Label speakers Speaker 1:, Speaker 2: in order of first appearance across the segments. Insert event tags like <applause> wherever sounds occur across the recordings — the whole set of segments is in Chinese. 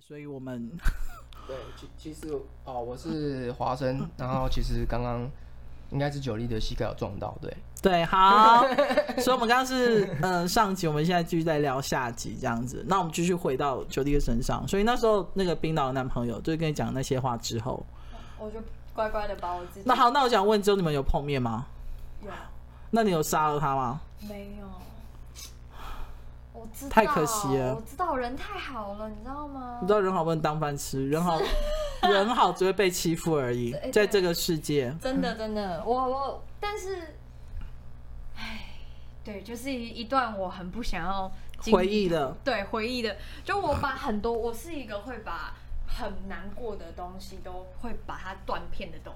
Speaker 1: 所以我们
Speaker 2: 对，其其实哦，我是华生，然后其实刚刚应该是九力的膝盖有撞到，对，
Speaker 1: 对好，所以我们刚刚是嗯、呃上集，我们现在继续在聊下集这样子。那我们继续回到九弟的身上，所以那时候那个冰岛的男朋友就是跟你讲那些话之后，
Speaker 3: 我就乖乖的把我自己
Speaker 1: 那好，那我想问，之后你们有碰面吗？
Speaker 3: 有
Speaker 1: 那你有杀了他吗？
Speaker 3: 没有？我知道，
Speaker 1: 太可惜了
Speaker 3: 我知道人太好了，你知道吗？
Speaker 1: 你知道人好不能当饭吃，人好人好只会被欺负而已
Speaker 3: 对，
Speaker 1: 在这个世界，
Speaker 3: 真的真的，嗯我我但是，唉，对，就是一一段我很不想要经历
Speaker 1: 回忆的，
Speaker 3: 对回忆的，就我把很多，我是一个会把很难过的东西都会把它断片的东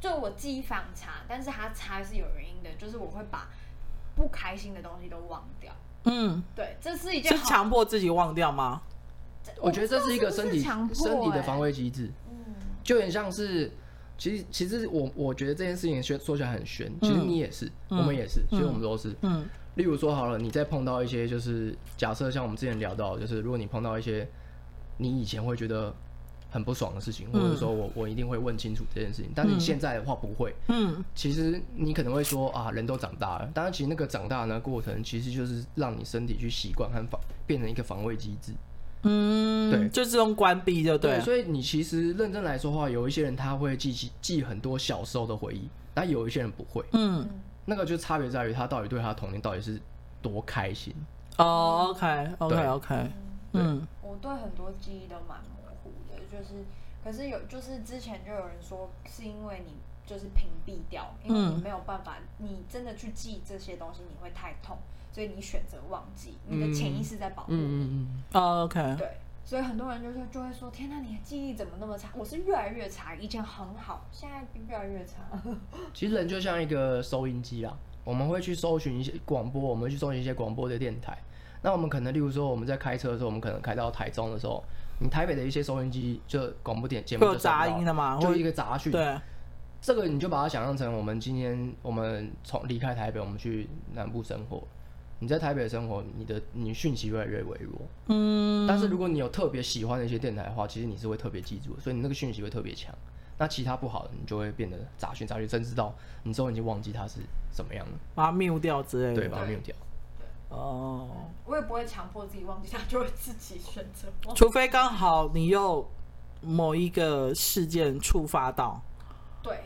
Speaker 3: 就我记忆非常差，但是它差是有原因的，就是我会把不开心的东西都忘掉。
Speaker 1: 嗯，
Speaker 3: 对，这是一件
Speaker 1: 是
Speaker 3: 好
Speaker 1: 强迫自己忘掉吗？
Speaker 2: 我觉得这是一个
Speaker 3: 不知
Speaker 2: 身
Speaker 3: 道是不
Speaker 2: 体
Speaker 3: 是强迫
Speaker 2: 身体的
Speaker 3: 欸
Speaker 2: 防卫机制，
Speaker 3: 嗯，
Speaker 2: 就很像是，其实其实我我觉得这件事情说说起来很玄，其实
Speaker 3: 嗯
Speaker 2: 你也是，我们也是，其实我们都是。
Speaker 1: 嗯
Speaker 2: 例如说好了，你在碰到一些就是假设像我们之前聊到的，就是如果你碰到一些你以前会觉得很不爽的事情，或
Speaker 3: 嗯
Speaker 2: 者说我我一定会问清楚这件事情，但你现在的话不会。
Speaker 1: 嗯
Speaker 2: 其实你可能会说啊，人都长大了，当然其实那个长大的那过程，其实就是让你身体去习惯和防变成一个防卫机制。
Speaker 1: 嗯，
Speaker 2: 对
Speaker 1: 就自动关闭就对了，
Speaker 2: 所以你其实认真来说的话，有一些人他会记起记很多小时候的回忆，但有一些人不会。
Speaker 1: 嗯，
Speaker 2: 那个就差别在于他到底对他的童年到底是多开心。
Speaker 1: 哦，OK OK
Speaker 2: 对
Speaker 1: OK，
Speaker 2: 对
Speaker 1: 嗯
Speaker 3: 我对很多记忆都蛮模糊的，就是可是有就是之前就有人说是因为你就是屏蔽掉，因为你
Speaker 1: 嗯
Speaker 3: 没有办法，你真的去记这些东西，你会太痛，所以你选择忘记，你的潜意识在保护你。
Speaker 2: 嗯
Speaker 1: 哦，OK，
Speaker 3: 对，所以很多人就说就会说，天哪，你的记忆怎么那么差？我是越来越差，以前很好，现在越来越差。
Speaker 2: 嗯。其实人就像一个收音机啦，我们会去搜寻一些广播，我们会去搜寻一些广播的电台。那我们可能，例如说我们在开车的时候，我们可能开到台中的时候，你台北的一些收音机就广播电节目
Speaker 1: 会有
Speaker 2: 就收不到
Speaker 1: 杂音的啊嘛
Speaker 2: 就
Speaker 1: 会
Speaker 2: 一个杂讯。
Speaker 1: 对，
Speaker 2: 这个你就把它想象成我们今天我们从离开台北，我们去南部生活。你在台北生活，你的你讯息越来越微弱。
Speaker 1: 嗯，
Speaker 2: 但是如果你有特别喜欢的一些电台的话，其实你是会特别记住的，所以你那个讯息会特别强。那其他不好的，你就会变得杂讯杂讯，甚至到你之后已经忘记它是什么样了，
Speaker 1: 把它 mute 掉之类
Speaker 2: 对
Speaker 1: 的，
Speaker 2: 吧？没有掉。
Speaker 1: 哦，
Speaker 3: 我也不会强迫自己忘记，他就会自己选择忘记。
Speaker 1: 除非刚好你又某一个事件触发到，
Speaker 3: 对，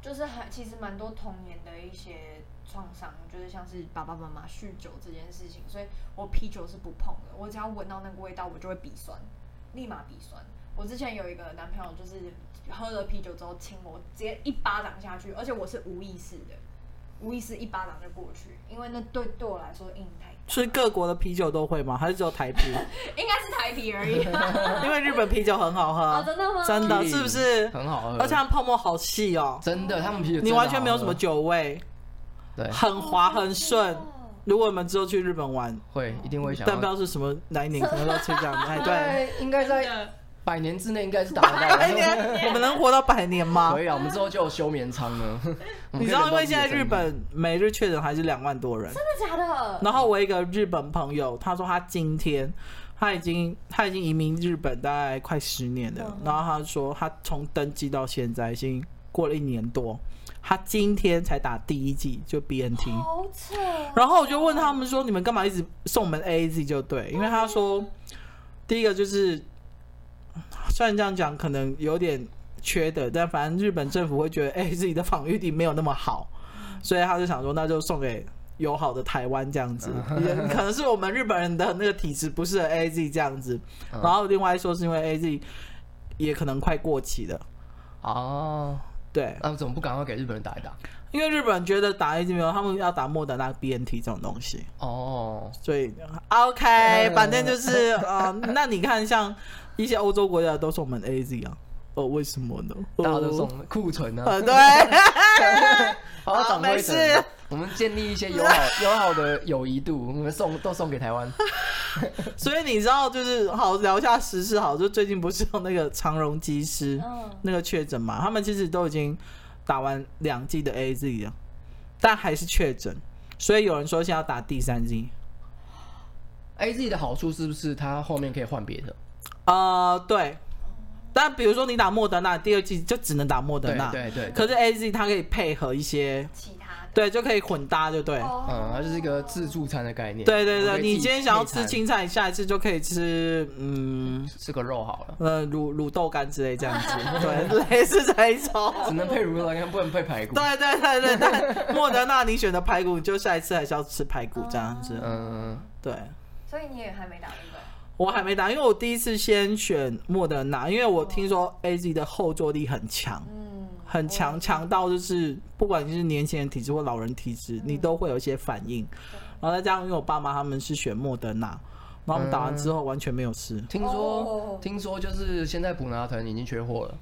Speaker 3: 就是很其实蛮多童年的一些创伤，就是像是爸爸妈妈酗酒这件事情，所以我啤酒是不碰的，我只要闻到那个味道，我就会鼻酸，立马鼻酸。我之前有一个男朋友，就是喝了啤酒之后亲我，直接一巴掌下去，而且我是无意识的，无意识一巴掌就过去，因为那对对我来说阴太大，
Speaker 1: 是各国的啤酒都会吗？还是只有台
Speaker 3: <laughs>
Speaker 1: 啤？
Speaker 3: 应该是台啤而已。
Speaker 1: 因为日本啤酒很好
Speaker 3: 哦，
Speaker 1: 喝，啊
Speaker 3: 真的吗？
Speaker 1: 真的
Speaker 2: 嗯
Speaker 1: 是不是？
Speaker 2: 很好喝，
Speaker 1: 而且它泡沫好细哦，
Speaker 2: 真的，他们啤酒真
Speaker 1: 你
Speaker 2: 的
Speaker 1: 完全没有什么
Speaker 2: 好喝
Speaker 1: 酒味，
Speaker 2: 对，
Speaker 1: 很滑很顺
Speaker 3: 哦。
Speaker 1: 如果我们之后去日本玩，
Speaker 2: 会一定会想
Speaker 1: 但不知
Speaker 2: 要。
Speaker 1: 道是什么哪一年，可能都吃这样的。哎，对，
Speaker 2: 对，应该在
Speaker 3: 的
Speaker 2: 百年之内应该是达得到
Speaker 1: <laughs> 百
Speaker 2: 的。
Speaker 1: 年我们能活到百年吗
Speaker 2: 可？以啊，我们之后就有休眠舱呢。我
Speaker 1: <laughs>
Speaker 2: 们可以
Speaker 1: 你知道，
Speaker 2: 忍
Speaker 1: 因
Speaker 2: 到
Speaker 1: 为现在
Speaker 2: 自己的
Speaker 1: 日
Speaker 2: 身体
Speaker 1: 本每日确诊还是两万多人，
Speaker 3: 真的假的？
Speaker 1: 然后我一个日本朋友，他说他今天他已经他已经移民日本大概快十年了
Speaker 3: 嗯，
Speaker 1: 然后他说他从登记到现在已经过了一年多，他今天才打第一剂就 BNT，
Speaker 3: 好扯哦。
Speaker 1: 然后我就问他们说你们干嘛一直送我们 AZ 就对，因为他说第一个就是虽然这样讲可能有点缺德，但反正日本政府会觉得 AZ 的防御力没有那么好，所以他就想说那就送给友好的台湾这样子，也可能是我们日本人的那个体质不适合 AZ 这样子。
Speaker 2: 嗯
Speaker 1: 然后另外说是因为 AZ 也可能快过期了，
Speaker 2: 哦，
Speaker 1: 对，
Speaker 2: 那、怎么不赶快给日本人打一打？
Speaker 1: 因为日本人觉得打 AZ 没有，他们要打莫德纳 BNT 这种东西。
Speaker 2: 哦，
Speaker 1: 所以 OK，反正 <laughs> 就是呃，那你看像一些欧洲国家都送我们 AZ 啊，哦，为什么呢？
Speaker 2: 大家都
Speaker 1: 哦，
Speaker 2: 送库存啊，
Speaker 1: <laughs> 呃，对，
Speaker 2: 好好长
Speaker 1: 没
Speaker 2: 灰
Speaker 1: 事
Speaker 2: 尘啊。我们建立一些友好
Speaker 1: <laughs>
Speaker 2: 友好的友谊度，我们送都送给台湾。
Speaker 1: 所以你知道就是好聊一下时事好，就最近不是有那个长荣机师
Speaker 3: 嗯，
Speaker 1: 那个确诊嘛，他们其实都已经打完两剂的 AZ 了，但还是确诊，所以有人说现在要打第三剂，
Speaker 2: 哎 A Z 的好处是不是它后面可以换别的？
Speaker 1: 呃，对。但比如说你打莫德纳，第二季就只能打莫德
Speaker 2: 对
Speaker 1: 纳，
Speaker 2: 对对，
Speaker 1: 可是 A Z 它可以配合一些，
Speaker 3: 其他的。
Speaker 1: 对，就可以混搭，就对。
Speaker 3: 哦
Speaker 2: 嗯，它就是一个自助餐的概念。
Speaker 1: 对对
Speaker 2: 我可
Speaker 1: 对，
Speaker 2: 以自己
Speaker 1: 你今天想要吃
Speaker 2: 配餐
Speaker 1: 青菜，下一次就可以吃嗯
Speaker 2: 吃个肉好了，
Speaker 1: 呃卤卤豆干之类这样
Speaker 2: <laughs>
Speaker 1: 子，对，类似这一种。
Speaker 2: 只能配乳酪干，不能配排骨。
Speaker 1: 对对对对，但莫德纳你选的排骨，你就下一次还是要吃排骨这样子。
Speaker 2: 嗯，
Speaker 1: 对，
Speaker 3: 所以你也还没打对不对？
Speaker 1: 我还没打，因为我第一次先选莫德纳，因为我听说 A Z 的后坐力很强，
Speaker 3: 嗯，
Speaker 1: 很强，强到就是不管你是年轻人体质或老人体质，你都会有一些反应。然后再加上因为我爸妈他们是选莫德纳，然后我们打完之后完全没有事。
Speaker 2: 听说
Speaker 3: 哦
Speaker 2: 听说就是现在普拿疼已经缺货了，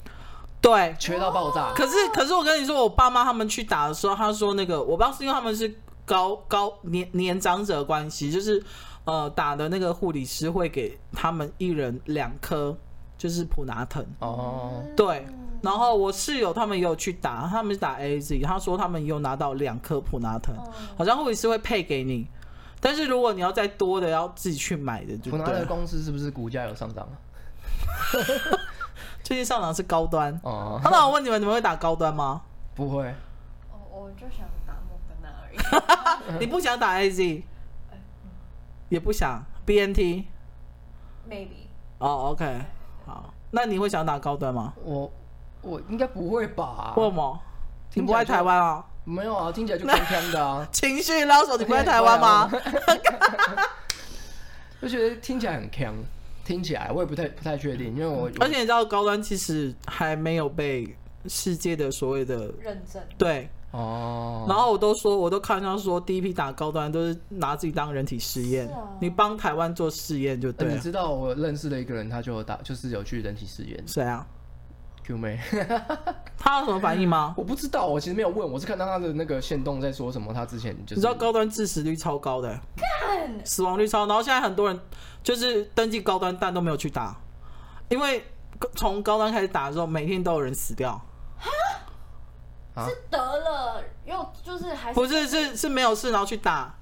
Speaker 1: 对，
Speaker 2: 缺到爆炸。
Speaker 1: 可是可是我跟你说，我爸妈他们去打的时候，他说那个我不知道是因为他们是高高年年长者的关系，就是呃打的那个护理师会给他们一人两颗，就是普拿疼。
Speaker 2: 哦，
Speaker 3: 嗯
Speaker 1: 对，然后我室友他们也有去打，他们是打 A Z，他说他们也有拿到两颗普拿
Speaker 3: 哦
Speaker 1: 疼，
Speaker 3: 嗯
Speaker 1: 好像护理师会配给你，但是如果你要再多的，要自己去买的，就
Speaker 2: 普拿
Speaker 1: 对
Speaker 2: 的
Speaker 1: 了。
Speaker 2: 公司是不是股价有上涨啊？
Speaker 1: 最近上涨是高端。
Speaker 2: 哦，
Speaker 1: 啊那我问你们，你们会打高端吗？
Speaker 2: 不会，
Speaker 3: 哦我就想打莫德纳而已。
Speaker 1: 你不想打 A Z，也不想 B N T。
Speaker 3: Maybe
Speaker 1: 哦，OK，好，那你会想打高端吗？
Speaker 2: 我我应该不会吧？
Speaker 1: 为什么？你
Speaker 2: 听
Speaker 1: 不
Speaker 2: 起来
Speaker 1: 爱
Speaker 2: 就
Speaker 1: 台湾啊？，
Speaker 2: 没有啊，听起来就锵锵的啊
Speaker 1: <laughs> 情绪勒索，你不爱台湾
Speaker 2: <laughs>
Speaker 1: 吗？
Speaker 2: 就觉得听起来很锵。听起来我也不太不太确定，因为我
Speaker 1: 嗯而且你知道高端其实还没有被世界的所谓的
Speaker 3: 认证。
Speaker 1: 对，
Speaker 2: 哦，
Speaker 1: 然后我都说，我都看上说，第一批打高端都是拿自己当人体实验
Speaker 3: 是啊，
Speaker 1: 你帮台湾做试验就
Speaker 2: 呃
Speaker 1: 对
Speaker 2: 你
Speaker 1: 了。
Speaker 2: 知道我认识的一个人，他就有打就是有去人体试验
Speaker 1: 谁啊？
Speaker 2: Q 妹， <laughs>
Speaker 1: 他有什么反应吗？
Speaker 2: 我不知道，我其实没有问，我是看到他的那个线动在说什么，他之前就是
Speaker 1: 你知道高端致死率超高的，
Speaker 3: 看
Speaker 1: 死亡率超，然后现在很多人就是登记高端，但都没有去打，因为从高端开始打的时候，每天都有人死掉，
Speaker 2: 啊
Speaker 3: 是得了，又就是还是
Speaker 1: 不是是是没有事然后去打。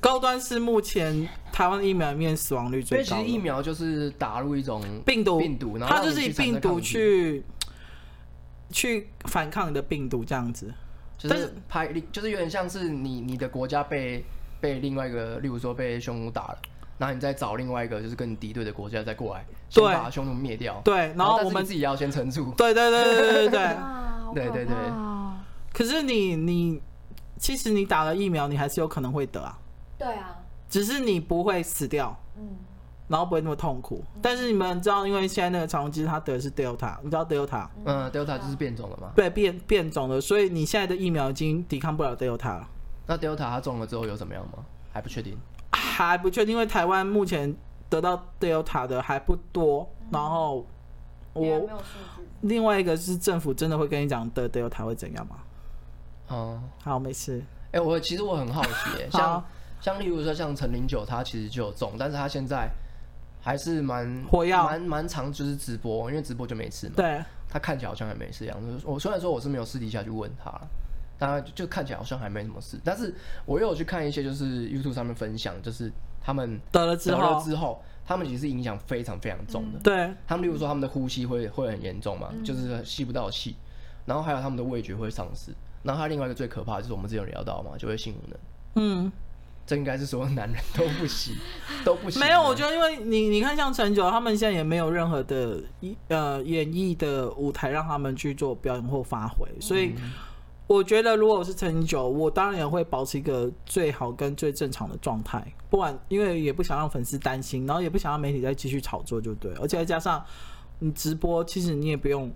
Speaker 1: 高端是目前台湾疫苗里面死亡率
Speaker 2: 因
Speaker 1: 最
Speaker 2: 为其
Speaker 1: 高
Speaker 2: 实
Speaker 1: 的
Speaker 2: 疫苗就是打入一种
Speaker 1: 病毒，
Speaker 2: 病毒，然后
Speaker 1: 它
Speaker 2: 让
Speaker 1: 就
Speaker 2: 你
Speaker 1: 是以
Speaker 2: 去产
Speaker 1: 病
Speaker 2: 生
Speaker 1: 毒
Speaker 2: 抗体，
Speaker 1: 去去反抗你的病毒这样子。
Speaker 2: 就
Speaker 1: 但
Speaker 2: 是
Speaker 1: 是
Speaker 2: 拍，就是有点像是你你的国家被被另外一个，例如说被匈奴打了，然后你再找另外一个就是跟你敌对的国家再过来，先
Speaker 1: 对
Speaker 2: 把匈奴灭掉，
Speaker 1: 对，然
Speaker 2: 然
Speaker 1: 后
Speaker 2: 哦但
Speaker 1: 我
Speaker 2: 是
Speaker 1: 们
Speaker 2: 你自己要先撑住，
Speaker 1: 对对对对对对
Speaker 2: <laughs>
Speaker 1: 对。
Speaker 3: 啊，好可怕哦
Speaker 2: 对对对
Speaker 1: 可是你你其实你打了疫苗，你还是有可能会得啊，
Speaker 3: 对啊，
Speaker 1: 只是你不会死掉，
Speaker 3: 嗯，
Speaker 1: 然后不会那么痛苦。但是你们知道，因为现在那个长荣机它得的是 Delta，你知道 Delta
Speaker 2: 嗯，Delta 就是变种了嘛，
Speaker 1: 对变变种了，所以你现在的疫苗已经抵抗不了 Delta 了，
Speaker 2: 那 Delta 它中了之后有怎么样吗？还不确定，
Speaker 1: 还不确定，因为台湾目前得到 Delta 的还不多，然后。
Speaker 3: 因为
Speaker 1: 嗯我
Speaker 3: 没有数据。
Speaker 1: 另外一个是政府真的会跟你讲的 Delta 会怎样吗？
Speaker 2: 嗯。
Speaker 1: 好，没事。
Speaker 2: 哎、我其实我很好
Speaker 1: <laughs>
Speaker 2: 奇、欸，像
Speaker 1: 好
Speaker 2: 像例如说像陈零九，他其实就有中，但是他现在还是蛮
Speaker 1: 火药
Speaker 2: 蛮蛮长，就是直播，因为直播就没事嘛。
Speaker 1: 对，
Speaker 2: 他看起来好像还没事一样。就是我虽然说我是没有私底下去问他啦，但他就就看起来好像还没什么事。但是我又有去看一些就是 YouTube 上面分享，就是他们
Speaker 1: 得了之
Speaker 2: 得了
Speaker 1: 后，嗯
Speaker 2: 之后，他们其实是影响非常非常重的。
Speaker 1: 对
Speaker 2: 他们例如说他们的呼吸会会很严重嘛，
Speaker 1: 嗯
Speaker 2: 就是吸不到气，然后还有他们的味觉会丧失。然后还有另外一个最可怕的就是我们之前有聊到嘛，就会性无能。
Speaker 1: 嗯，
Speaker 2: 这应该是所有男人都不行，都不
Speaker 1: <laughs>
Speaker 2: 行。啊
Speaker 1: 没有，我觉得因为你你看像陈九，他们现在也没有任何的一呃演艺的舞台让他们去做表演或发挥，
Speaker 2: 嗯
Speaker 1: 所以我觉得如果我是陈九，我当然也会保持一个最好跟最正常的状态，不管因为也不想让粉丝担心，然后也不想让媒体再继续炒作，就对了，而且再加上你直播，其实你也不用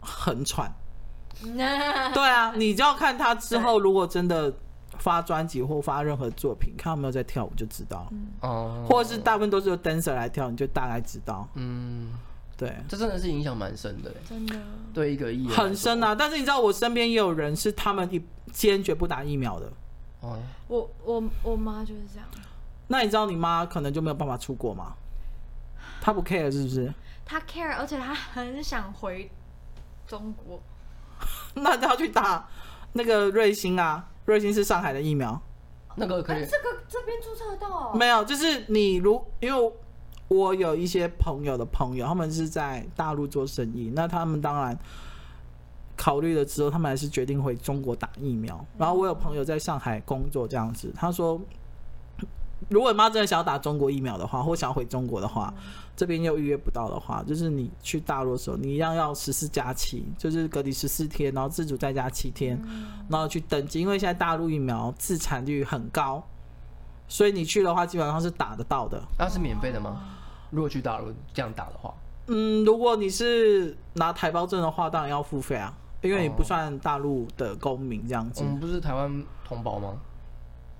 Speaker 1: 很喘。
Speaker 3: 那
Speaker 1: 对啊，你就要看他之后如果真的发专辑或发任何作品，看有没有在跳舞就知道了，
Speaker 2: 哦，
Speaker 1: 或者是大部分都是由 dancer 来跳，你就大概知道。
Speaker 2: 嗯，
Speaker 1: 对，
Speaker 2: 这真的是影响蛮深的欸，
Speaker 3: 真的
Speaker 2: 对一个艺人
Speaker 1: 很深
Speaker 2: 啊。
Speaker 1: 啊。但是你知道，我身边也有人是他们一坚决不打疫苗的。
Speaker 2: 哦，
Speaker 3: 我我我妈就是这样，
Speaker 1: 那你知道你妈可能就没有办法出国吗？她不 care 是不是？ <laughs>
Speaker 3: 她 care，而且她很想回中国。
Speaker 1: 那她要去打那个瑞星啊，瑞星是上海的疫苗。
Speaker 2: 那个可
Speaker 3: 哎，
Speaker 2: 以
Speaker 3: 这个这边注册得到哦？
Speaker 1: 没有，就是你如因为我有一些朋友的朋友，他们是在大陆做生意，那他们当然考虑了之后，他们还是决定回中国打疫苗。然后我有朋友在上海工作，这样子，他说，如果你妈真的想要打中国疫苗的话，或想要回中国的话，这边又预约不到的话，就是你去大陆的时候，你一样要十四加七，就是隔离十四天，然后自主在家七天，然后去登记，因为现在大陆疫苗自产率很高。所以你去的话，基本上是打得到的。
Speaker 2: 那是免费的吗？如果去大陆这样打的话，
Speaker 1: 嗯，如果你是拿台胞证的话，当然要付费啊，因为你不
Speaker 2: 哦
Speaker 1: 算大陆的公民这样
Speaker 2: 我
Speaker 1: 子。
Speaker 2: 们不是台湾同胞吗？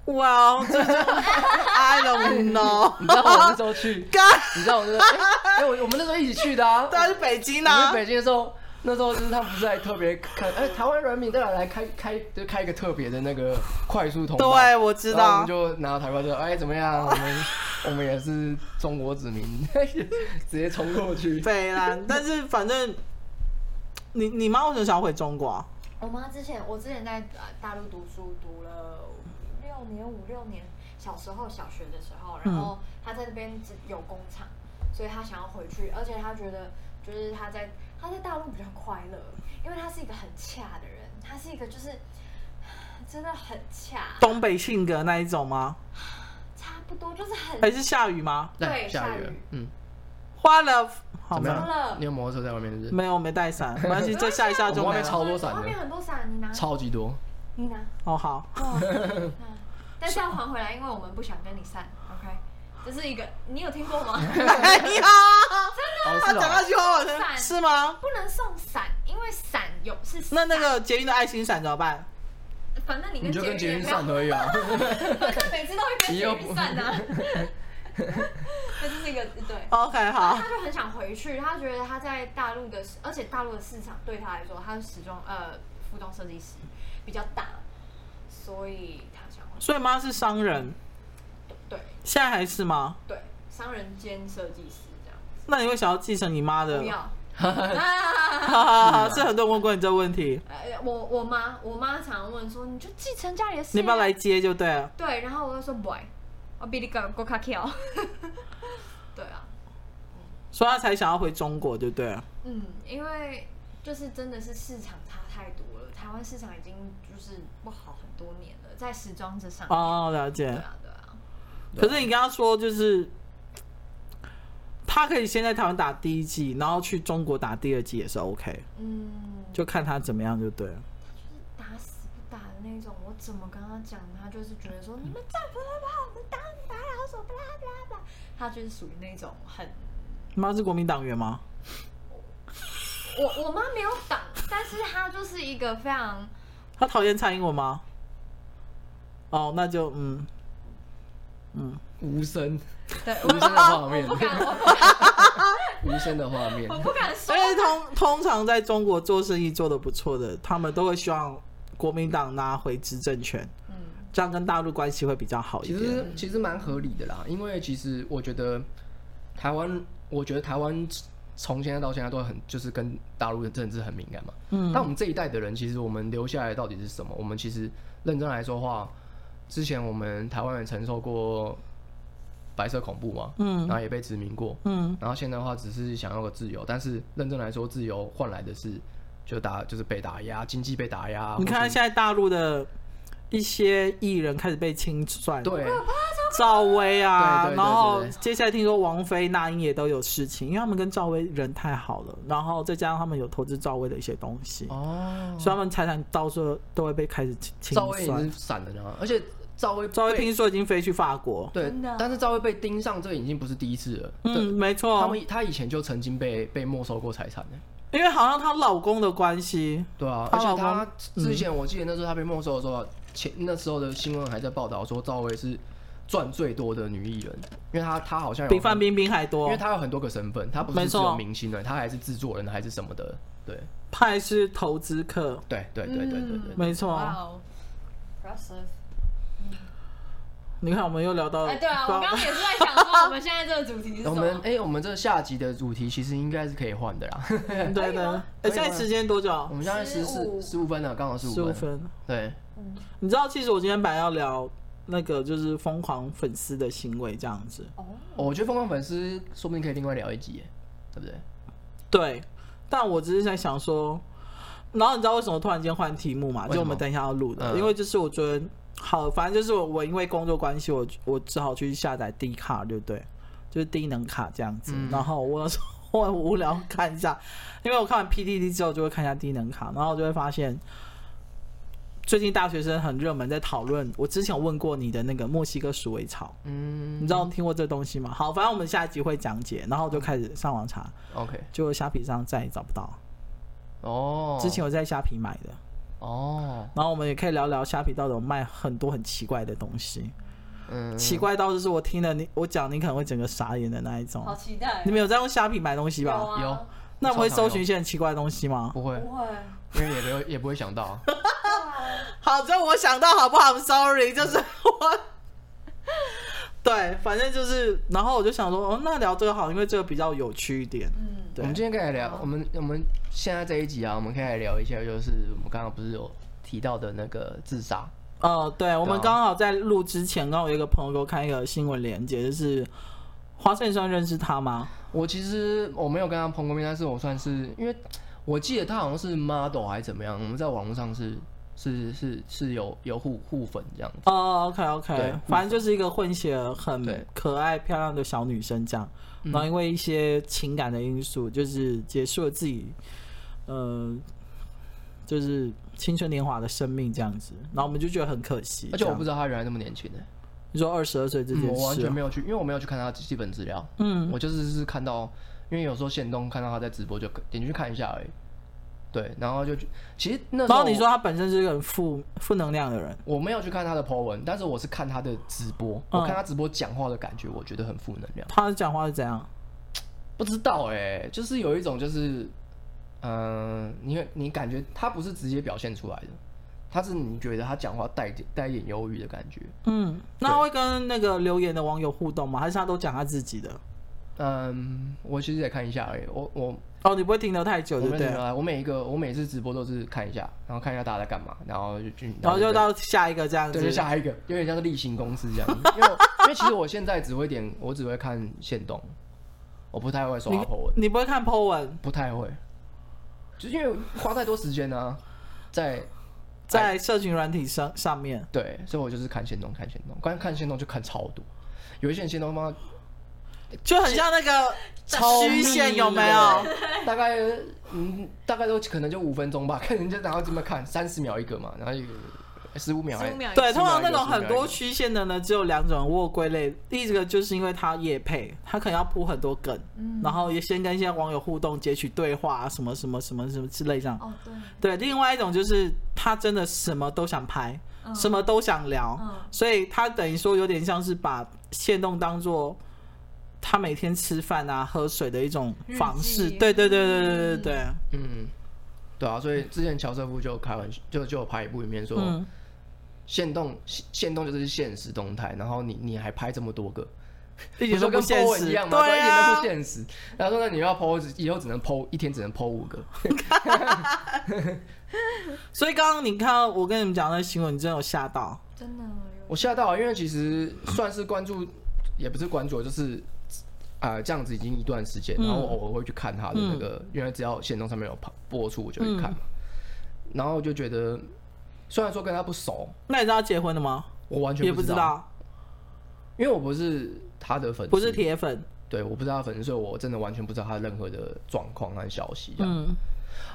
Speaker 1: 哇、wow,，这就 <laughs> I don't know，
Speaker 2: <laughs> 你知道我那时候去，你知道我 <laughs> 那时候，哎、哎我我们那时候一起去的啊。
Speaker 1: 当然是北京
Speaker 2: 我
Speaker 1: 啊
Speaker 2: 们去。北京的时候，那时候就是他们不是还特别看，哎、台湾人民当然来开开就开一个特别的那个快速通道。
Speaker 1: 对，我知
Speaker 2: 然后
Speaker 1: 道
Speaker 2: 我们。就拿台湾说，哎、怎么样？我们 <laughs> 我们也是中国子民， <laughs> 直接冲过去。
Speaker 1: 北兰，但是反正你你妈为什么想要回中国、啊？
Speaker 3: 我妈之前，我之前在呃大陆读书，读了六年五六年，小时候小学的时候，
Speaker 2: 嗯
Speaker 3: 然后她在那边只有工厂，所以她想要回去，而且她觉得就是她在她在大陆比较快乐，因为她是一个很恰的人，她是一个就是真的很恰，
Speaker 1: 东北性格那一种吗？
Speaker 3: 差不多就是很
Speaker 2: 哎
Speaker 1: 还是下雨吗？
Speaker 2: 来
Speaker 3: 对
Speaker 2: 下
Speaker 3: 下
Speaker 2: 雨
Speaker 3: 雨
Speaker 2: 了，嗯，
Speaker 1: 花了好吗？
Speaker 2: 怎么嗯
Speaker 3: 怎么
Speaker 2: 样
Speaker 3: 了？
Speaker 2: 你有摩托车在外面是不是？
Speaker 1: 没有，我没带伞，没关系，再下一下就
Speaker 2: 我们
Speaker 1: 没
Speaker 2: 外面超
Speaker 1: 了。
Speaker 2: 多伞的
Speaker 3: 外面很多伞，你拿，
Speaker 2: 超级多， <laughs> 哦
Speaker 3: 你拿，
Speaker 1: 哦，好，
Speaker 3: 嗯但是要还回来，因为我们不想跟你散，OK？这是一个，你有听过吗？
Speaker 1: <laughs>
Speaker 3: <laughs>
Speaker 1: 哎呀，
Speaker 2: 哦
Speaker 1: 他
Speaker 2: 是
Speaker 1: 讲
Speaker 2: 哦
Speaker 1: 那，句话我
Speaker 3: 伞
Speaker 1: 是吗？
Speaker 3: 不能送伞，因为伞有是伞
Speaker 1: 那那，个捷运的爱心伞怎么办？
Speaker 3: 反正你
Speaker 2: 你
Speaker 3: 跟
Speaker 2: 就跟捷
Speaker 3: 运
Speaker 2: 运上可以啊。
Speaker 3: <laughs> 每次都会跟
Speaker 2: 你
Speaker 3: 捷
Speaker 2: 又
Speaker 3: 运散啊。这 <laughs> 就是一个对。
Speaker 1: OK，好，
Speaker 3: 他就很想回去，他觉得他在大陆的市，而且大陆的市场对他来说，他是始终呃服装设计师比较大，所以他想回去
Speaker 1: 所以妈是商人，
Speaker 3: 对
Speaker 1: 现在还是吗？
Speaker 3: 对商人兼设计师这样，
Speaker 1: 那你会想要继承你妈的
Speaker 3: 不？要。啊
Speaker 1: <laughs> 哈哈哈，是很多人问过你这个问题，
Speaker 3: 呃，我我妈我妈常问说，你就继承家里的事、
Speaker 1: 你
Speaker 3: 啊，
Speaker 1: 要不要来接就对了。
Speaker 3: 对，然后我就说 boy，我比你更更卡巧。 <laughs> 对啊，
Speaker 1: 所以她才想要回中国就对了。
Speaker 3: 嗯，因为就是真的是市场差太多了，台湾市场已经就是不好很多年了，在时装这上。
Speaker 1: 哦，了解。
Speaker 3: 对啊，对啊，
Speaker 1: 可是你刚刚说就是，她可以先在台湾打第一季，然后去中国打第二季也是 OK，
Speaker 3: 嗯，
Speaker 1: 就看她怎么样就对了。
Speaker 3: 就是打死不打的那种，我怎么跟他讲，他就是觉得说你们丈夫来吧，我们打你打老鼠，巴拉巴拉巴拉，他就是属于那种很
Speaker 1: 你妈是国民党员吗？
Speaker 3: 我我妈没有挡，但是她就是一个非常。
Speaker 1: 她讨厌蔡英文吗？哦，那就嗯嗯，
Speaker 2: <laughs> 无声，
Speaker 3: 对，
Speaker 2: 无声的画面
Speaker 3: 我不敢，我不敢，
Speaker 2: <laughs> 无声的画面
Speaker 3: 我。不敢说
Speaker 1: 因。为通通常在中国做生意做得不错的，他们都会希望国民党拿回执政权，
Speaker 3: 嗯，
Speaker 1: 这样跟大陆关系会比较好一
Speaker 2: 其
Speaker 1: 点。
Speaker 2: 实其实蛮合理的啦，因为其实我觉得台湾，我觉得台湾从现在到现在都很就是跟大陆的政治很敏感嘛。
Speaker 1: 嗯
Speaker 2: 但我们这一代的人，其实我们留下来到底是什么？我们其实认真来说的话，之前我们台湾人承受过白色恐怖嘛，然
Speaker 1: 嗯
Speaker 2: 后也被殖民过，
Speaker 1: 嗯，
Speaker 2: 然后现在的话只是想要个自由，但是认真来说，自由换来的是就打就是被打压，经济被打压。
Speaker 1: 你看
Speaker 2: 或是
Speaker 1: 现在大陆的一些艺人开始被清算，
Speaker 2: 对
Speaker 1: 赵薇啊，
Speaker 2: 对对对对
Speaker 1: 然后
Speaker 2: 对
Speaker 1: 接下来听说王菲、那英也都有事情，因为他们跟赵薇人太好了，然后再加上他们有投资赵薇的一些东西，
Speaker 2: 哦，
Speaker 3: 嗯
Speaker 1: 所以他们财产到时候都会被开始清
Speaker 2: 赵
Speaker 1: 清
Speaker 2: 薇已经
Speaker 1: 算。
Speaker 2: 是散了呢，而且赵薇
Speaker 1: 赵薇
Speaker 2: 被
Speaker 1: 听说已经飞去法国，
Speaker 2: 对
Speaker 3: 真的，
Speaker 2: 但是赵薇被盯上这已经不是第一次了。
Speaker 1: 嗯，
Speaker 2: 对，
Speaker 1: 没错，
Speaker 2: 他们他以前就曾经被被没收过财产的。
Speaker 1: 因为好像她老公的关系，
Speaker 2: 对啊，
Speaker 1: 她
Speaker 2: 而且
Speaker 1: 老公
Speaker 2: 她之
Speaker 1: 嗯
Speaker 2: 前我记得那时候她被没收的时候，前那时候的新闻还在报道说赵薇是赚最多的女艺人，因为她她好像有
Speaker 1: 比范冰冰还
Speaker 2: 因
Speaker 1: 多
Speaker 2: 为，她有很多个身份，她不
Speaker 1: 哦没
Speaker 2: 是只
Speaker 1: 错
Speaker 2: 有明星的，她还是制作人，啊还是什么的。对
Speaker 1: 她还是投资客，
Speaker 2: 对对对对对对
Speaker 3: 嗯
Speaker 2: 对，
Speaker 1: 没错。
Speaker 3: 哇哦，impressive。
Speaker 1: 你看，我们又聊到，
Speaker 3: 哎，对啊，我刚刚也是在想说，我们现在这个主题是什
Speaker 2: 我们
Speaker 3: 么？
Speaker 2: 哎，我们这下集的主题其实应该是可以换的啦。
Speaker 1: <laughs> 对
Speaker 3: 可以
Speaker 1: 对
Speaker 3: 吗，
Speaker 1: 哎，现在时间多久
Speaker 2: 我？们现在十四
Speaker 3: 15
Speaker 2: 十五分了，刚好十
Speaker 1: 十五
Speaker 2: 五分。
Speaker 1: 分。
Speaker 3: 嗯
Speaker 2: 对，
Speaker 1: 你知道，其实我今天本来要聊那个就是疯狂粉丝的行为这样子。
Speaker 3: 哦，
Speaker 2: 哦我觉得疯狂粉丝说不定可以另外聊一集耶，对不对？
Speaker 1: 对，但我只是在想说，然后你知道为什么突然间换题目吗？
Speaker 2: 为什么
Speaker 1: 就我们等一下要录的，
Speaker 2: 嗯
Speaker 1: 因为就是我觉得好，反正就是我我因为工作关系，我我只好去下载 D 卡，对不对？就是低能卡这样子。
Speaker 2: 嗯
Speaker 1: 然后我有时候我无聊看一下，因为我看完 PDD 之后就会看一下低能卡，然后就会发现。最近大学生很热门，在讨论。我之前有问过你的那个墨西哥鼠尾草，
Speaker 2: 嗯，
Speaker 1: 你知道听过这东西吗？好，反正我们下一集会讲解，然后我就开始上网查，
Speaker 2: ？OK，
Speaker 1: 结果虾皮上再也找不到。
Speaker 2: 哦，
Speaker 1: 之前我在虾皮买的，
Speaker 2: 哦，
Speaker 1: 然后我们也可以聊聊虾皮到底有卖很多很奇怪的东西，
Speaker 2: 嗯，
Speaker 1: 奇怪到就是我听了你我讲，你可能会整个傻眼的那一种
Speaker 3: 好。期待
Speaker 1: 你，们有在用虾皮买东西
Speaker 3: 有
Speaker 1: 吧？
Speaker 3: 啊，
Speaker 2: 有
Speaker 1: 那我会
Speaker 2: 超常
Speaker 1: 搜
Speaker 2: 用
Speaker 1: 寻一些很奇怪的东西吗？
Speaker 2: 不会，
Speaker 3: 不会，
Speaker 2: 因为也没有 <laughs> 也不会想到，
Speaker 1: 好，这我想到好不好？I'm sorry，就是 <laughs> 我。对，反正就是，然后我就想说，哦，那聊这个好，因为这个比较有趣一点。
Speaker 3: 嗯，
Speaker 1: 对
Speaker 2: 我们今天可以来聊
Speaker 3: 好，
Speaker 2: 我们我们现在这一集啊，我们可以来聊一下，就是我们刚刚不是有提到的那个自杀，
Speaker 1: 呃，对，我们
Speaker 2: 对啊
Speaker 1: 刚好在录之前，刚好有一个朋友给我看一个新闻链接，就是花生，你算认识他吗？
Speaker 2: 我其实我没有跟他碰过面，但是我算是因为我记得他好像是 model 还是怎么样，我们在网络上是是是是有有互互粉这样子。
Speaker 1: 哦，OK，OK、o k
Speaker 2: 对
Speaker 1: OK，反正就是一个混血儿很
Speaker 2: 对嗯
Speaker 1: 可爱漂亮的小女生这样，然后因为一些情感的因素，就是结束了自己，呃，就是青春年华的生命这样子，然后我们就觉得很可惜。
Speaker 2: 而且我不
Speaker 1: 知
Speaker 2: 知道他原来那么年轻的、
Speaker 1: 你说二十二岁嗯这件
Speaker 2: 嗯
Speaker 1: 事、啊
Speaker 2: 我完全没有去，因为我没有去看他基本资料，
Speaker 1: 嗯，
Speaker 2: 我就是是看到，因为有时候现动看到他在直播就点进去看一下而已。对，然后就其实那时
Speaker 1: 然后
Speaker 2: 候
Speaker 1: 你说她本身是一个很负负能量的人，
Speaker 2: 我没有去看他的 po 文，但是我是看他的直播，
Speaker 1: 嗯
Speaker 2: 我看他直播讲话的感觉，我觉得很负能量。
Speaker 1: 她讲话是怎样？
Speaker 2: 不知道哎、就是有一种就是，嗯、你你感觉他不是直接表现出来的，他是你觉得他讲话带点带一点忧郁的感觉。
Speaker 1: 嗯，那她会跟那个留言的网友互动吗？还是她都讲她自己的？
Speaker 2: 嗯，我其实也看一下而已，我我
Speaker 1: 哦，你不会停留太久，
Speaker 2: 我
Speaker 1: 对不
Speaker 2: 没
Speaker 1: 对
Speaker 2: 有？啊，我每一个我每次直播都是看一下，然后看一下大家在干嘛，然后就去，
Speaker 1: 然后就到下一个这样子
Speaker 2: 对，就。下一个，有点像是例行公事这样。 <laughs> 因为我因为其实我现在只会点，我只会看线动，我不太会刷
Speaker 1: 你
Speaker 2: po 文，
Speaker 1: 你不会看 Po 文，
Speaker 2: 不太会，就是因为花太多时间呢、在
Speaker 1: 在社群软体上上面，
Speaker 2: 对，所以我就是看线动，看线动，光看线动就看超多，有一些人线动妈
Speaker 1: 就很像那个
Speaker 2: 超
Speaker 1: 虚线有没
Speaker 2: 密
Speaker 1: 有？
Speaker 2: 的？大概嗯，大概都可能就五分钟吧，看人家然后这么看，三十秒一个嘛，然后一个十五秒还哎
Speaker 3: 十五秒，
Speaker 2: <laughs>
Speaker 1: 对，通常那种很多虚线的呢，只有两种我有归类。第一个就是因为它夜配，它可能要铺很多梗，
Speaker 3: 嗯
Speaker 1: 然后也先跟一些网友互动，截取对话啊什么什么什么什么之类这样。
Speaker 3: 哦对，
Speaker 1: 对，另外一种就是他真的什么都想拍，
Speaker 3: 嗯
Speaker 1: 什么都想聊，
Speaker 3: 嗯
Speaker 1: 所以他等于说有点像是把线动当做他每天吃饭啊、喝水的一种方式。
Speaker 3: 日记
Speaker 1: 对对对对对对对对，
Speaker 2: 嗯，对啊，所以之前乔瑟夫就开玩笑，就就有拍一部影片说，
Speaker 1: 嗯，
Speaker 2: 限动限动就是现实动态，然后你你还拍这么多个，
Speaker 1: 一点
Speaker 2: 不是
Speaker 1: 都
Speaker 2: 跟
Speaker 1: 不
Speaker 2: po
Speaker 1: 现
Speaker 2: 文
Speaker 1: 实，
Speaker 2: 一样吗？
Speaker 1: 对
Speaker 2: 一点都
Speaker 1: 啊
Speaker 2: 不，现实。然后说那你要 po，以后只能 po 一天只能 po 五个，
Speaker 1: 所以刚刚你看到我跟你们讲的新闻，你真的有吓到。
Speaker 3: 真的有
Speaker 2: 我吓到了，因为其实算是关注，也不是关注，就是啊、呃这样子已经一段时间，
Speaker 1: 嗯
Speaker 2: 然后我偶尔会去看他的那个，因为只要线动上面有播播出，我就会
Speaker 1: 嗯
Speaker 2: 看嘛。然后我就觉得，虽然说跟他不熟，
Speaker 1: 那你知道他结婚了吗？
Speaker 2: 我完
Speaker 1: 也
Speaker 2: 全
Speaker 1: 不
Speaker 2: 知
Speaker 1: 知
Speaker 2: 道，
Speaker 1: 道，
Speaker 2: 因为我不是他的粉丝，
Speaker 1: 不是铁粉。
Speaker 2: 对，我不知道他粉丝，所以我真的完全不知道他任何的状况和消息。这样、
Speaker 1: 嗯，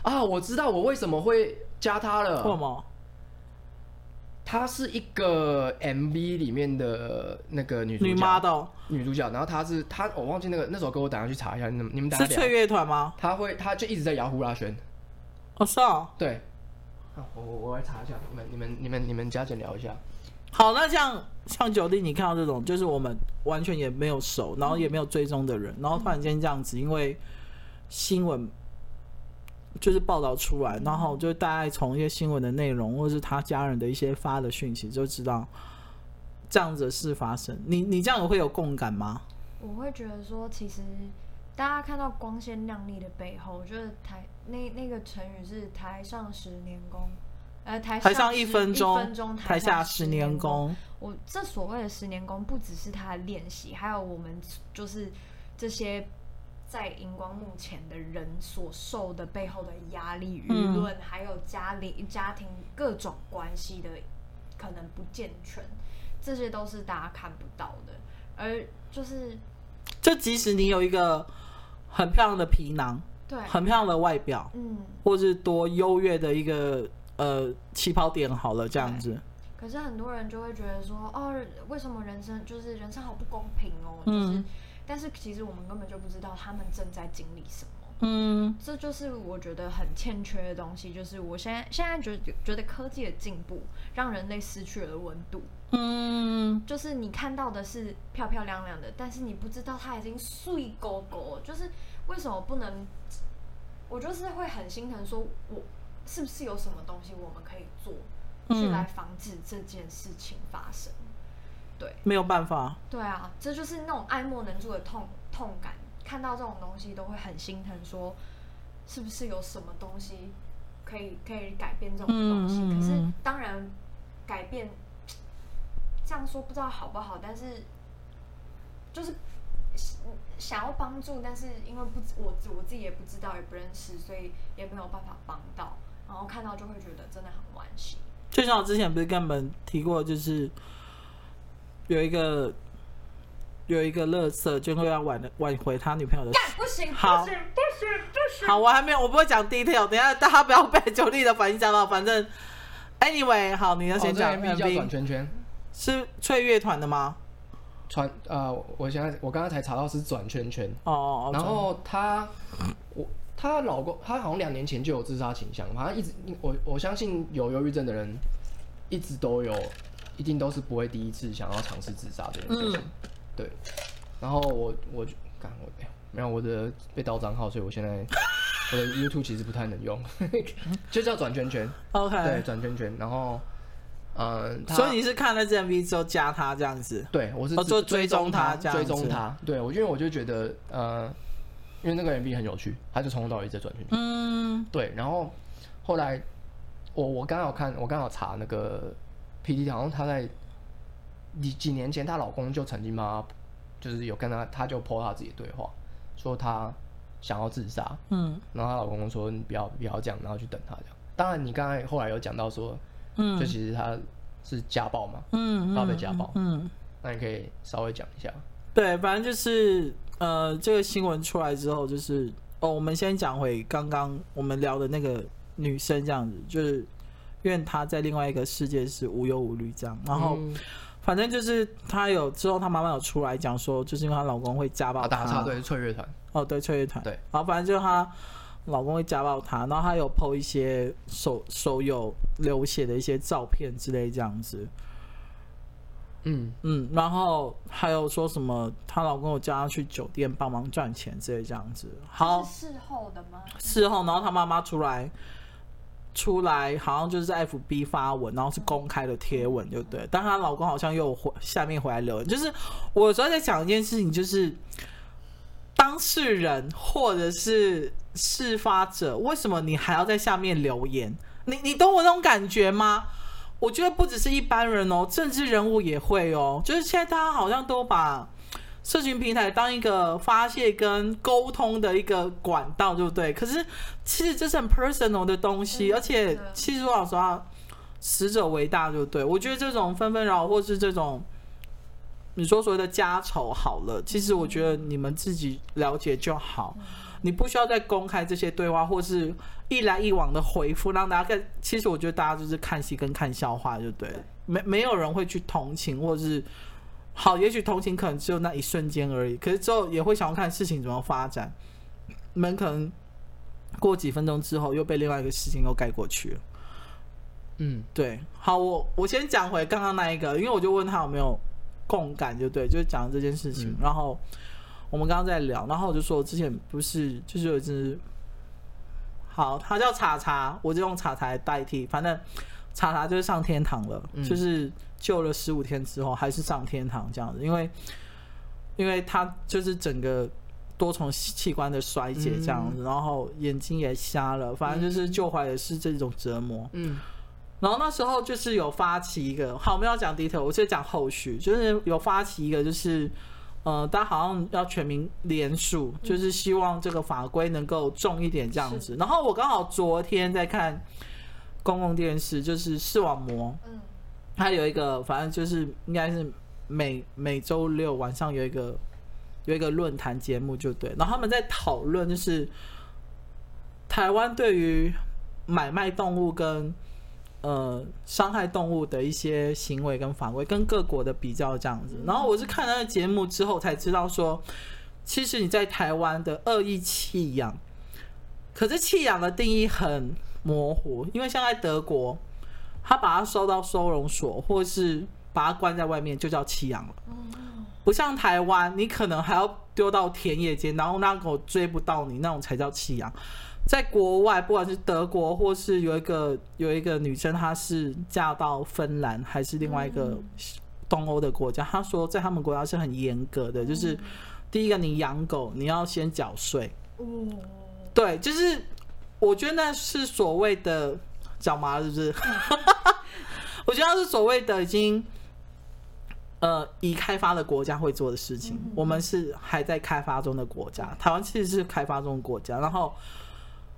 Speaker 2: 啊，我知道我为什么会加他
Speaker 1: 为什
Speaker 2: 了，
Speaker 1: 么？
Speaker 2: 她是一个 MV 里面的那个女主角
Speaker 1: 女 model
Speaker 2: 女主角，然后她是她，我忘记那个那首歌，我等下去查一下，你们你们等下
Speaker 1: 是
Speaker 2: 聊
Speaker 1: 翠。乐团吗？
Speaker 2: 她会，她就一直在摇呼啦圈，
Speaker 1: 哦，是哦。
Speaker 2: 对。啊我我我来查一下，你们你们你们你们加减聊一下。
Speaker 1: 好，那像像九弟，你看到这种，就是我们完全也没有熟，然后也没有追踪的人，然后突然间这样子，因为新闻就是报道出来，然后就大概从一些新闻的内容，或是他家人的一些发的讯息，就知道这样子的事发生。你你这样有会有共感吗？
Speaker 3: 我会觉得说，其实大家看到光鲜亮丽的背后，就是台那那个成语是“台上十年功”，呃，台
Speaker 1: 台上
Speaker 3: 一
Speaker 1: 一分
Speaker 3: 钟，
Speaker 1: 钟
Speaker 3: 一分钟，
Speaker 1: 台下十年
Speaker 3: 功。
Speaker 1: 功。
Speaker 3: 我这所谓的十年功，不只是他的练习，还有我们就是这些在荧光幕前的人所受的背后的压力、舆
Speaker 1: 嗯
Speaker 3: 论，还有家里家庭各种关系的可能不健全，这些都是大家看不到的。而就是
Speaker 1: 就即使你有一个很漂亮的皮囊，
Speaker 3: 对，
Speaker 1: 很漂亮的外表，
Speaker 3: <sniffs> 嗯，
Speaker 1: 或是多优越的一个呃起跑点好了，这样子，
Speaker 3: 可是很多人就会觉得说，哦，为什么人生就是人生好不公平哦？就是
Speaker 1: 嗯，
Speaker 3: 但是其实我们根本就不知道他们正在经历什么。
Speaker 1: 嗯
Speaker 3: 这就是我觉得很欠缺的东西，就是我现在现在觉得觉得科技的进步让人类失去了温度，
Speaker 1: 嗯，
Speaker 3: 就是你看到的是漂漂亮亮的，但是你不知道它已经碎勾勾，就是为什么不能？我就是会很心疼，说我是不是有什么东西我们可以做，去
Speaker 1: 嗯
Speaker 3: 来防止这件事情发生？
Speaker 1: 没有办法，
Speaker 3: 对啊，这就是那种爱莫能助的痛痛感。看到这种东西都会很心疼，说是不是有什么东西可以可以改变这种东西？
Speaker 1: 嗯嗯
Speaker 3: 可是
Speaker 1: 嗯
Speaker 3: 当然，改变这样说不知道好不好，但是就是想要帮助，但是因为不知我我自己也不知道也不认识，所以也没有办法帮到。然后看到就会觉得真的很惋惜。
Speaker 1: 就像我之前不是跟你们提过，就是有一个有一个乐色，就会要挽挽回他女朋友的。
Speaker 3: 干不行，不
Speaker 1: 好
Speaker 3: 行，不行，不行！
Speaker 1: 好，我还没有，我不会讲 detail，等一下大家不要被九力的反应吓到。反正，anyway，好，你要先讲
Speaker 2: MV 叫转
Speaker 1: MV，、
Speaker 2: 圈圈，
Speaker 1: 是翠乐团的吗？
Speaker 2: 转呃，我现在我刚刚才查到是转圈圈，
Speaker 1: 哦哦，哦
Speaker 2: 然后她，我她老公，她好像两年前就有自杀倾向，好像一直我我相信有忧郁症的人，一直都有，一定都是不会第一次想要尝试自杀这件事情。
Speaker 1: 嗯
Speaker 2: 对，然后我我就干我哎呀没有我的被盗账号，所以我现在我的 YouTube 其实不太能用， <laughs> 就叫转圈圈，对，
Speaker 1: 哦 OK，
Speaker 2: 转圈圈。然后，嗯、她
Speaker 1: 呃所以你是看了这 MV 之后加他这样子，
Speaker 2: 对，我是
Speaker 1: 哦
Speaker 2: 自
Speaker 1: 就
Speaker 2: 追
Speaker 1: 追踪
Speaker 2: 他，
Speaker 1: 他这样
Speaker 2: 追踪
Speaker 1: 子
Speaker 2: 他。对，我因为我就觉得，呃，因为那个 MV 很有趣，他就从头到尾一直在转圈圈。
Speaker 1: 嗯
Speaker 2: 对，然后后来我我刚好看，我刚好查那个 P D，好像她在几几年前，她老公就曾经帮她，就是有跟她，她就 po 她自己的对话，说她想要自杀，
Speaker 1: 嗯
Speaker 2: 然后她老公说你不要不要这样，然后去等她这样。当然，你刚才后来有讲到说，
Speaker 1: 嗯
Speaker 2: 就其实她是家暴嘛，
Speaker 1: 嗯，
Speaker 2: 怕被家暴
Speaker 1: 嗯，嗯
Speaker 2: 那你可以稍微讲一下。
Speaker 1: 对，反正就是呃，这个新闻出来之后，就是哦，我们先讲回刚刚我们聊的那个女生这样子，就是愿她在另外一个世界是无忧无虑这样。然后
Speaker 2: 嗯
Speaker 1: 反正就是她有之后，她妈妈有出来讲说，就是因为她老公会家暴
Speaker 2: 啊，打
Speaker 1: 她
Speaker 2: 插，队是翠乐团，
Speaker 1: 哦，对，翠玉团，
Speaker 2: 对，
Speaker 1: 然后反正就是她老公会家暴她，然后她有 PO 一些手手有流血的一些照片之类这样子。
Speaker 2: 嗯，
Speaker 1: 嗯，然后还有说什么，她老公有叫她去酒店帮忙赚钱之类这样子。好
Speaker 3: 这，是事后的吗？
Speaker 1: 事后然后她妈妈出来，出来好像就是在 FB 发文，然后是公开的贴文，就对。但她老公好像又有回下面回来留言，就是我有时候在想一件事情，就是当事人或者是事发者，为什么你还要在下面留言？你你懂我那种感觉吗？我觉得不只是一般人哦，政治人物也会哦。就是现在大家好像都把社群平台当一个发泄跟沟通的一个管道，对不对？可是其实这是很 personal 的东西，
Speaker 3: 嗯
Speaker 1: 而且
Speaker 3: 是的
Speaker 1: 其实说老实话，死者为大，对不对？我觉得这种纷纷扰啊扰或是这种你说所谓的家丑好了，其实我觉得你们自己了解就好，
Speaker 3: 嗯
Speaker 1: 你不需要再公开这些对话或是一来一往的回复，让大家看。其实我觉得大家就是看戏跟看笑话，就对了
Speaker 3: 对，
Speaker 1: 没没有人会去同情或是。好，也许同情可能只有那一瞬间而已，可是之后也会想要看事情怎么发展。你们可能过几分钟之后又被另外一个事情又盖过去了。
Speaker 2: 嗯，
Speaker 1: 对，好，我我先讲回刚刚那一个，因为我就问他有没有共感，就对，就是讲这件事情。
Speaker 2: 嗯
Speaker 1: 然后我们刚刚在聊，然后我就说，我之前不是就是有一只，好，它叫查查，我就用查查来代替，反正查查就是上天堂了，
Speaker 2: 嗯
Speaker 1: 就是救了十五天之后还是上天堂这样子，因为因为它就是整个。多重器官的衰竭这
Speaker 2: 嗯
Speaker 1: 样子，然后眼睛也瞎了，反正就是救回来也是这种折磨。
Speaker 2: 嗯，
Speaker 1: 然后那时候就是有发起一个，好，我们要讲 detail，我就讲后续，就是有发起一个，就是呃，大家好像要全民联署，就是希望这个法规能够重一点这样子。然后我刚好昨天在看公共电视，就是视网膜，
Speaker 3: 嗯，
Speaker 1: 它有一个，反正就是应该是每每周六晚上有一个有一个论坛节目，就对。然后他们在讨论，就是台湾对于买卖动物跟呃伤害动物的一些行为跟法规，跟各国的比较这样子。然后我是看了那个节目之后才知道说，其实你在台湾的恶意弃养，可是弃养的定义很模糊，因为像在德国。他把它收到收容所，或是把它关在外面，就叫弃养了。
Speaker 3: 아,
Speaker 1: 不像台湾，你可能还要丢到田野间，然后那狗追不到你，那种才叫弃养。在国外，不管是德国，或是有一个有一个女生，她是嫁到芬兰，还是另外一个东欧的国家，她说在他们国家是很严格的，就是第一个，你养狗你要先缴税，
Speaker 3: 哦，
Speaker 1: 对，就是我觉得那是所谓的讲麻了是不是？ <laughs> 我觉得那是所谓的已经呃已开发的国家会做的事情，
Speaker 3: 嗯
Speaker 1: 我们是还在开发中的国家，台湾其实是开发中的国家，然后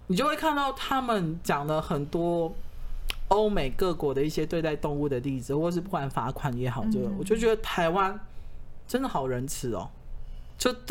Speaker 1: 你就会看到他们讲的很多。欧美各国的一些对待动物的例子，或是不管罚款也好，就
Speaker 3: 嗯
Speaker 1: 我就觉得台湾真的好仁慈哦，就